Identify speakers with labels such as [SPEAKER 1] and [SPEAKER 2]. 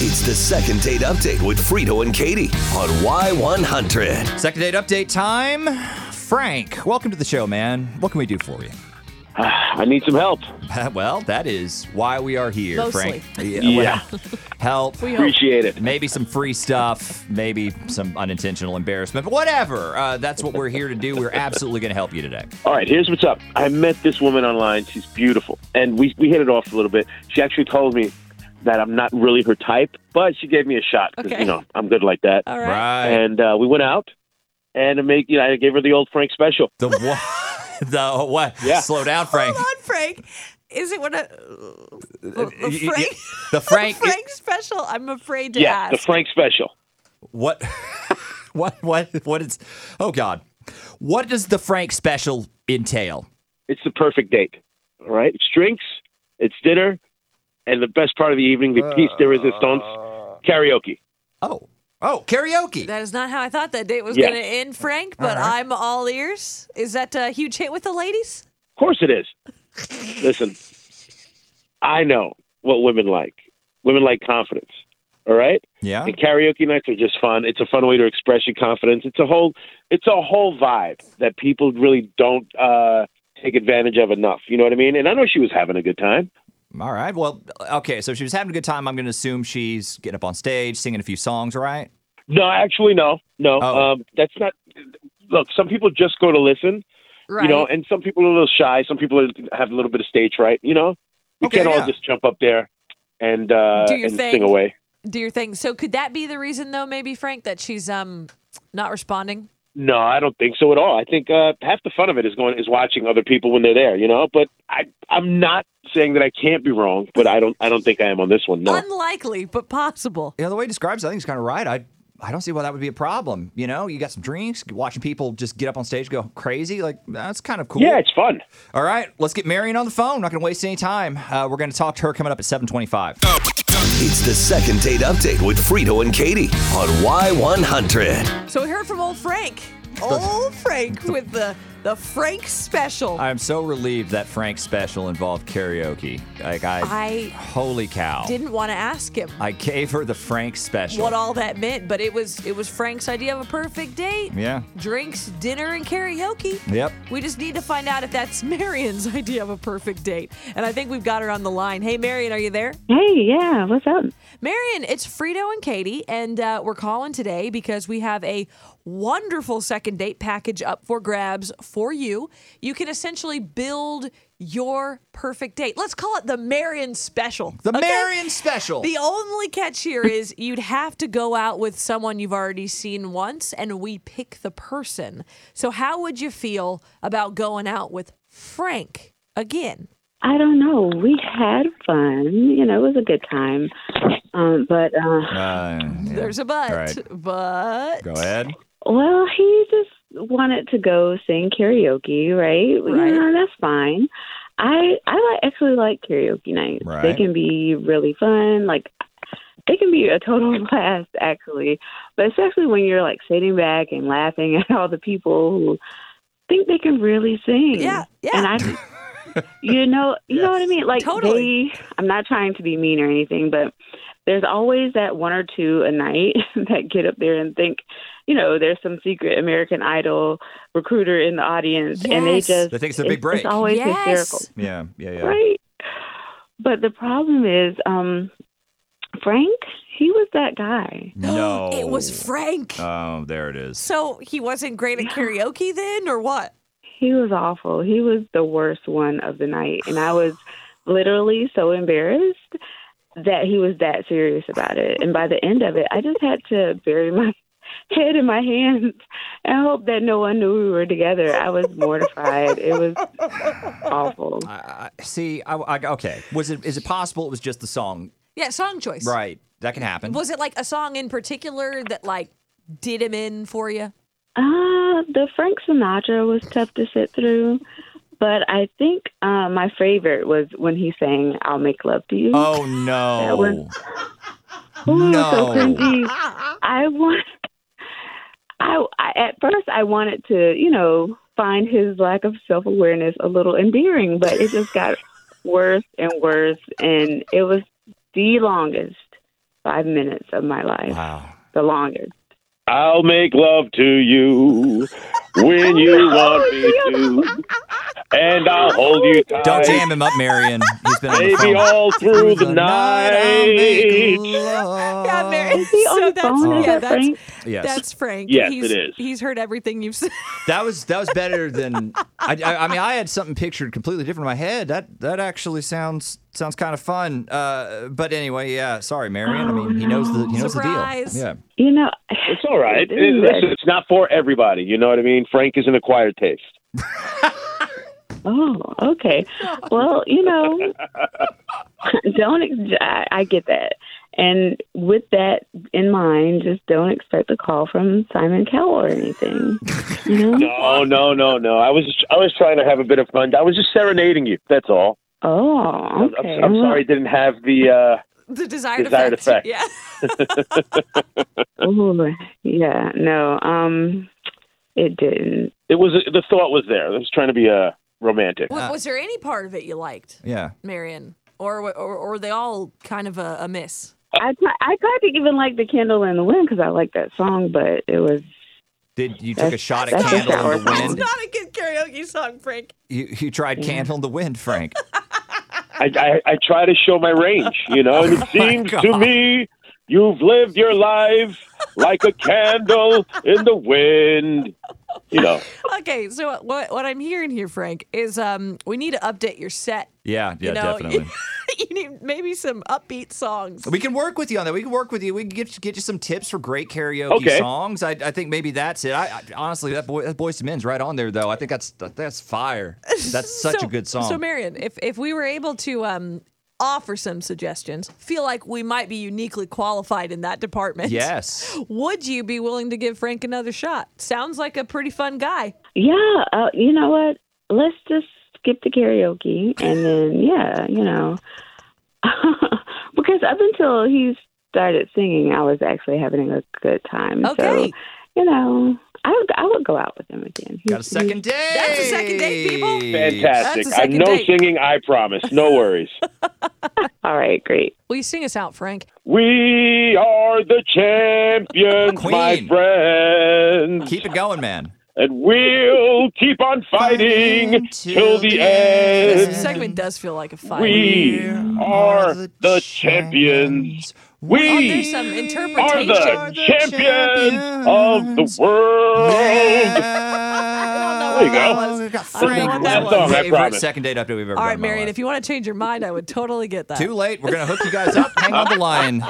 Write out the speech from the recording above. [SPEAKER 1] It's the second date update with Frito and Katie on Y100.
[SPEAKER 2] Second date update time. Frank, welcome to the show, man. What can we do for you?
[SPEAKER 3] I need some help.
[SPEAKER 2] Well, that is why we are here,
[SPEAKER 4] Mostly.
[SPEAKER 2] Frank. Yeah.
[SPEAKER 3] Yeah.
[SPEAKER 2] well, help.
[SPEAKER 3] Appreciate it.
[SPEAKER 2] Maybe some free stuff, maybe some unintentional embarrassment, but whatever. Uh, that's what we're here to do. We're absolutely going to help you today.
[SPEAKER 3] All right, here's what's up. I met this woman online. She's beautiful. And we, we hit it off a little bit. She actually told me that I'm not really her type, but she gave me a shot 'cause,
[SPEAKER 4] Okay.
[SPEAKER 3] you know, I'm good like that.
[SPEAKER 4] All right.
[SPEAKER 2] Right.
[SPEAKER 3] And uh, we went out and it made, you know, I gave her the old Frank special.
[SPEAKER 2] The what? the what?
[SPEAKER 3] Yeah.
[SPEAKER 2] Slow down, Frank.
[SPEAKER 4] Hold on, Frank. Is it what a
[SPEAKER 3] Uh,
[SPEAKER 4] the
[SPEAKER 2] Y- y-
[SPEAKER 4] the Frank
[SPEAKER 2] The Frank.
[SPEAKER 4] Frank special? I'm afraid to
[SPEAKER 3] yeah,
[SPEAKER 4] ask.
[SPEAKER 3] the Frank special.
[SPEAKER 2] What? what? What? What is? Oh God. What does the Frank special entail?
[SPEAKER 3] It's the perfect date. All right? It's drinks, it's dinner, and the best part of the evening, the piece de resistance, karaoke.
[SPEAKER 2] Oh. Oh, karaoke.
[SPEAKER 4] that is not how I thought that date was
[SPEAKER 3] Yeah.
[SPEAKER 4] going to end, Frank. But I'm all ears. Is that a huge hit with the ladies?
[SPEAKER 3] Of course it is. Listen, I know what women like. Women like confidence. All right?
[SPEAKER 2] yeah.
[SPEAKER 3] And karaoke nights are just fun. It's a fun way to express your confidence. It's a whole it's a whole vibe that people really don't uh take advantage of enough. You know what I mean? And I know she was having a good time.
[SPEAKER 2] All right. Well, okay. So if she was having a good time. I'm going to assume she's getting up on stage, singing a few songs, right?
[SPEAKER 3] No, actually no. No.
[SPEAKER 2] Oh.
[SPEAKER 3] Um that's not look, some people just go to listen,
[SPEAKER 4] Right.
[SPEAKER 3] you know, and some people are a little shy, some people are, have a little bit of stage fright, you know? You
[SPEAKER 2] Okay,
[SPEAKER 3] can't
[SPEAKER 2] yeah.
[SPEAKER 3] all just jump up there and uh
[SPEAKER 4] Do your
[SPEAKER 3] and
[SPEAKER 4] thing.
[SPEAKER 3] sing away.
[SPEAKER 4] Do your thing. So could that be the reason, though? Maybe Frank, that she's um not responding.
[SPEAKER 3] No, I don't think so at all. I think uh, half the fun of it is going is watching other people when they're there, you know. But I I'm not saying that I can't be wrong, but I don't I don't think I am on this one. No,
[SPEAKER 4] Unlikely, but possible.
[SPEAKER 2] You know, the way he describes, it, I think he's kind of right. I I don't see why that would be a problem. You know, you got some drinks, watching people just get up on stage, go crazy. Like that's kind of cool.
[SPEAKER 3] yeah, it's fun.
[SPEAKER 2] All right, let's get Marion on the phone. Not going to waste any time. Uh, we're going to talk to her coming up at 7:25.
[SPEAKER 1] It's the second date update with Frito and Katie on Y100.
[SPEAKER 4] So we heard from old Frank. Old Frank with the the Frank special.
[SPEAKER 2] I'm so relieved that Frank's special involved karaoke. Like I,
[SPEAKER 4] I
[SPEAKER 2] holy cow!
[SPEAKER 4] Didn't want to ask him
[SPEAKER 2] I gave her the Frank special.
[SPEAKER 4] what all that meant, but it was it was Frank's idea of a perfect date.
[SPEAKER 2] yeah.
[SPEAKER 4] Drinks, dinner, and karaoke.
[SPEAKER 2] Yep.
[SPEAKER 4] We just need to find out if that's Marion's idea of a perfect date. And I think we've got her on the line. Hey, Marion, are you there?
[SPEAKER 5] Hey, yeah, what's up?
[SPEAKER 4] Marion, it's Frito and Katie, and uh, we're calling today because we have a wonderful second date package up for grabs for you. You can essentially build your perfect date. Let's call it the Marion special.
[SPEAKER 2] The
[SPEAKER 4] okay?
[SPEAKER 2] Marion special.
[SPEAKER 4] The only catch here is you'd have to go out with someone you've already seen once and we pick the person. So, how would you feel about going out with Frank again?
[SPEAKER 5] I don't know. We had fun. You know, it was a good time. Um, but uh,
[SPEAKER 2] Uh, yeah.
[SPEAKER 4] There's a but.
[SPEAKER 2] All right.
[SPEAKER 4] But.
[SPEAKER 2] Go ahead.
[SPEAKER 5] well, he just wanted to go sing karaoke, right?
[SPEAKER 4] Right.
[SPEAKER 5] You know, that's fine. I I like actually like karaoke nights. They
[SPEAKER 2] Right.
[SPEAKER 5] can be really fun. Like they can be a total blast, actually. But especially when you're like sitting back and laughing at all the people who think they can really sing.
[SPEAKER 4] Yeah, yeah.
[SPEAKER 5] And I you know you know what i mean like
[SPEAKER 4] Totally.
[SPEAKER 5] they i'm not trying to be mean or anything but there's always that one or two a night that get up there and think you know there's some secret american idol recruiter in the audience and they
[SPEAKER 4] Yes.
[SPEAKER 5] just
[SPEAKER 2] They think it's their big break.
[SPEAKER 5] it's always
[SPEAKER 4] Yes.
[SPEAKER 5] hysterical
[SPEAKER 2] Yeah. Yeah. Yeah.
[SPEAKER 5] right but the problem is um frank he was that guy
[SPEAKER 2] No.
[SPEAKER 4] It was Frank.
[SPEAKER 2] Oh, there it is.
[SPEAKER 4] so, he wasn't great at karaoke then, or what?
[SPEAKER 5] He was awful. He was the worst one of the night. And I was literally so embarrassed that he was that serious about it. And by the end of it, I just had to bury my head in my hands and hope that no one knew we were together. I was mortified. it was awful.
[SPEAKER 2] I, I, Uh, see, I, I, okay. Was it? Is it possible it was just the song?
[SPEAKER 4] Yeah, song choice.
[SPEAKER 2] Right. That can happen.
[SPEAKER 4] Was it like a song in particular that like did him in for you?
[SPEAKER 5] Uh, the Frank Sinatra was tough to sit through. But I think uh, my favorite was when he sang "I'll Make Love to You."
[SPEAKER 2] oh
[SPEAKER 5] That
[SPEAKER 2] no.
[SPEAKER 5] was- Ooh,
[SPEAKER 2] No.
[SPEAKER 5] so cringy. I want. I, I at first I wanted to, you know, find his lack of self awareness a little endearing, but it just got worse and worse, and it was the longest five minutes of my life.
[SPEAKER 2] Wow.
[SPEAKER 5] The longest.
[SPEAKER 3] I'll make love to you when you want me to, and I'll hold you tight.
[SPEAKER 2] Don't jam him up, Marion. He's been on the
[SPEAKER 3] Baby,
[SPEAKER 2] phone.
[SPEAKER 3] all through the
[SPEAKER 2] I'll make
[SPEAKER 3] night.
[SPEAKER 2] love.
[SPEAKER 4] Yeah, Mary.
[SPEAKER 5] he
[SPEAKER 4] so
[SPEAKER 5] on the
[SPEAKER 4] that's,
[SPEAKER 5] phone?
[SPEAKER 4] yeah,
[SPEAKER 5] Is that
[SPEAKER 4] that's,
[SPEAKER 5] Frank?
[SPEAKER 2] Yes.
[SPEAKER 4] That's Frank.
[SPEAKER 3] Yes,
[SPEAKER 4] he's,
[SPEAKER 3] it is.
[SPEAKER 4] He's heard everything you've said.
[SPEAKER 2] That was that was better than I, I, I mean I had something pictured completely different in my head. That that actually sounds sounds kind of fun. Uh, but anyway, yeah. Sorry, Marion. I mean he knows the he knows
[SPEAKER 4] Surprise.
[SPEAKER 2] the deal. Yeah.
[SPEAKER 5] You know,
[SPEAKER 3] It's all right.
[SPEAKER 5] It is.
[SPEAKER 3] Listen, it's not for everybody. You know what I mean? Frank is an acquired taste.
[SPEAKER 5] oh, okay. Well, you know, don't. Ex- I, I get that. And with that in mind, just don't expect a call from Simon Cowell or anything. You know?
[SPEAKER 3] No, Oh, no, no, no. I was I was trying to have a bit of fun. I was just serenading you. That's all.
[SPEAKER 5] Oh,
[SPEAKER 3] I'm-
[SPEAKER 5] okay.
[SPEAKER 3] I'm, I'm sorry I didn't have the. Uh,
[SPEAKER 4] The desired,
[SPEAKER 3] Desired effect.
[SPEAKER 4] Yeah.
[SPEAKER 5] Oh, yeah. No. Um, it didn't.
[SPEAKER 3] it was the thought was there. I was trying to be uh, romantic.
[SPEAKER 4] Wa- was there any part of it you liked,
[SPEAKER 2] Yeah.
[SPEAKER 4] Marion? Or, wa- or, or were they all kind of a, a miss?
[SPEAKER 5] I t- I tried to even like the candle in the wind because I like that song, but it was
[SPEAKER 2] Did you took a
[SPEAKER 5] That's-
[SPEAKER 2] shot at
[SPEAKER 5] that's just
[SPEAKER 2] candle in the
[SPEAKER 5] our-
[SPEAKER 2] wind?
[SPEAKER 4] a good karaoke song, Frank.
[SPEAKER 2] You, you tried candle in the wind, Frank.
[SPEAKER 3] I, I I try to show my range, you know. And it seems
[SPEAKER 2] God.
[SPEAKER 3] to me you've lived your life like a candle in the wind. You know,
[SPEAKER 4] Okay, so what- what, what I'm hearing here, Frank, is um, we need to update your set.
[SPEAKER 2] Yeah. Yeah.
[SPEAKER 4] you know,
[SPEAKER 2] definitely.
[SPEAKER 4] You, need maybe some upbeat songs.
[SPEAKER 2] We can work with you on that. We can work with you. We can get get you some tips for great karaoke
[SPEAKER 3] Okay.
[SPEAKER 2] songs. I, I think maybe that's it. I, I honestly that boy that Boys to Men's right on there though. I think that's that- that's fire. That's such
[SPEAKER 4] so,
[SPEAKER 2] a good song.
[SPEAKER 4] So, Marion, if if we were able to um, offer some suggestions, feel like we might be uniquely qualified in that department.
[SPEAKER 2] yes.
[SPEAKER 4] Would you be willing to give Frank another shot? Sounds like a pretty fun guy.
[SPEAKER 5] yeah. Uh, you know what? Let's just skip the karaoke and then yeah, you know, because up until he started singing, I was actually having a good time.
[SPEAKER 4] Okay.
[SPEAKER 5] So, you know, I would I would go out with him again. He-
[SPEAKER 2] Got a second date.
[SPEAKER 4] That's a second date, people.
[SPEAKER 3] fantastic.
[SPEAKER 4] That's
[SPEAKER 3] I
[SPEAKER 4] a second
[SPEAKER 3] no
[SPEAKER 4] date.
[SPEAKER 3] singing, I promise. No worries.
[SPEAKER 5] he- All right. Great.
[SPEAKER 4] Will you sing us out, Frank?
[SPEAKER 3] we are the champions, my
[SPEAKER 2] Queen.
[SPEAKER 3] friends,
[SPEAKER 2] Keep it going, man.
[SPEAKER 3] and we'll keep on fighting
[SPEAKER 2] Fighting
[SPEAKER 3] till the
[SPEAKER 2] till
[SPEAKER 3] end.
[SPEAKER 2] the
[SPEAKER 4] This segment does feel like a fight.
[SPEAKER 3] Uh, We are the champions.
[SPEAKER 4] Oh, there's
[SPEAKER 3] We
[SPEAKER 4] some
[SPEAKER 3] are
[SPEAKER 4] interpretation.
[SPEAKER 3] the champions of the world.
[SPEAKER 2] there
[SPEAKER 3] There you go.
[SPEAKER 2] We got
[SPEAKER 4] I
[SPEAKER 2] Frank.
[SPEAKER 4] want that
[SPEAKER 2] That's
[SPEAKER 4] one.
[SPEAKER 2] my
[SPEAKER 3] I
[SPEAKER 2] favorite
[SPEAKER 3] promise.
[SPEAKER 2] second date update we've ever
[SPEAKER 4] All
[SPEAKER 2] done.
[SPEAKER 4] right,
[SPEAKER 2] in my
[SPEAKER 4] Marion,
[SPEAKER 2] life.
[SPEAKER 4] if you want to change your mind, I would totally get that.
[SPEAKER 2] Too late. We're gonna hook you guys up. Hang on the line.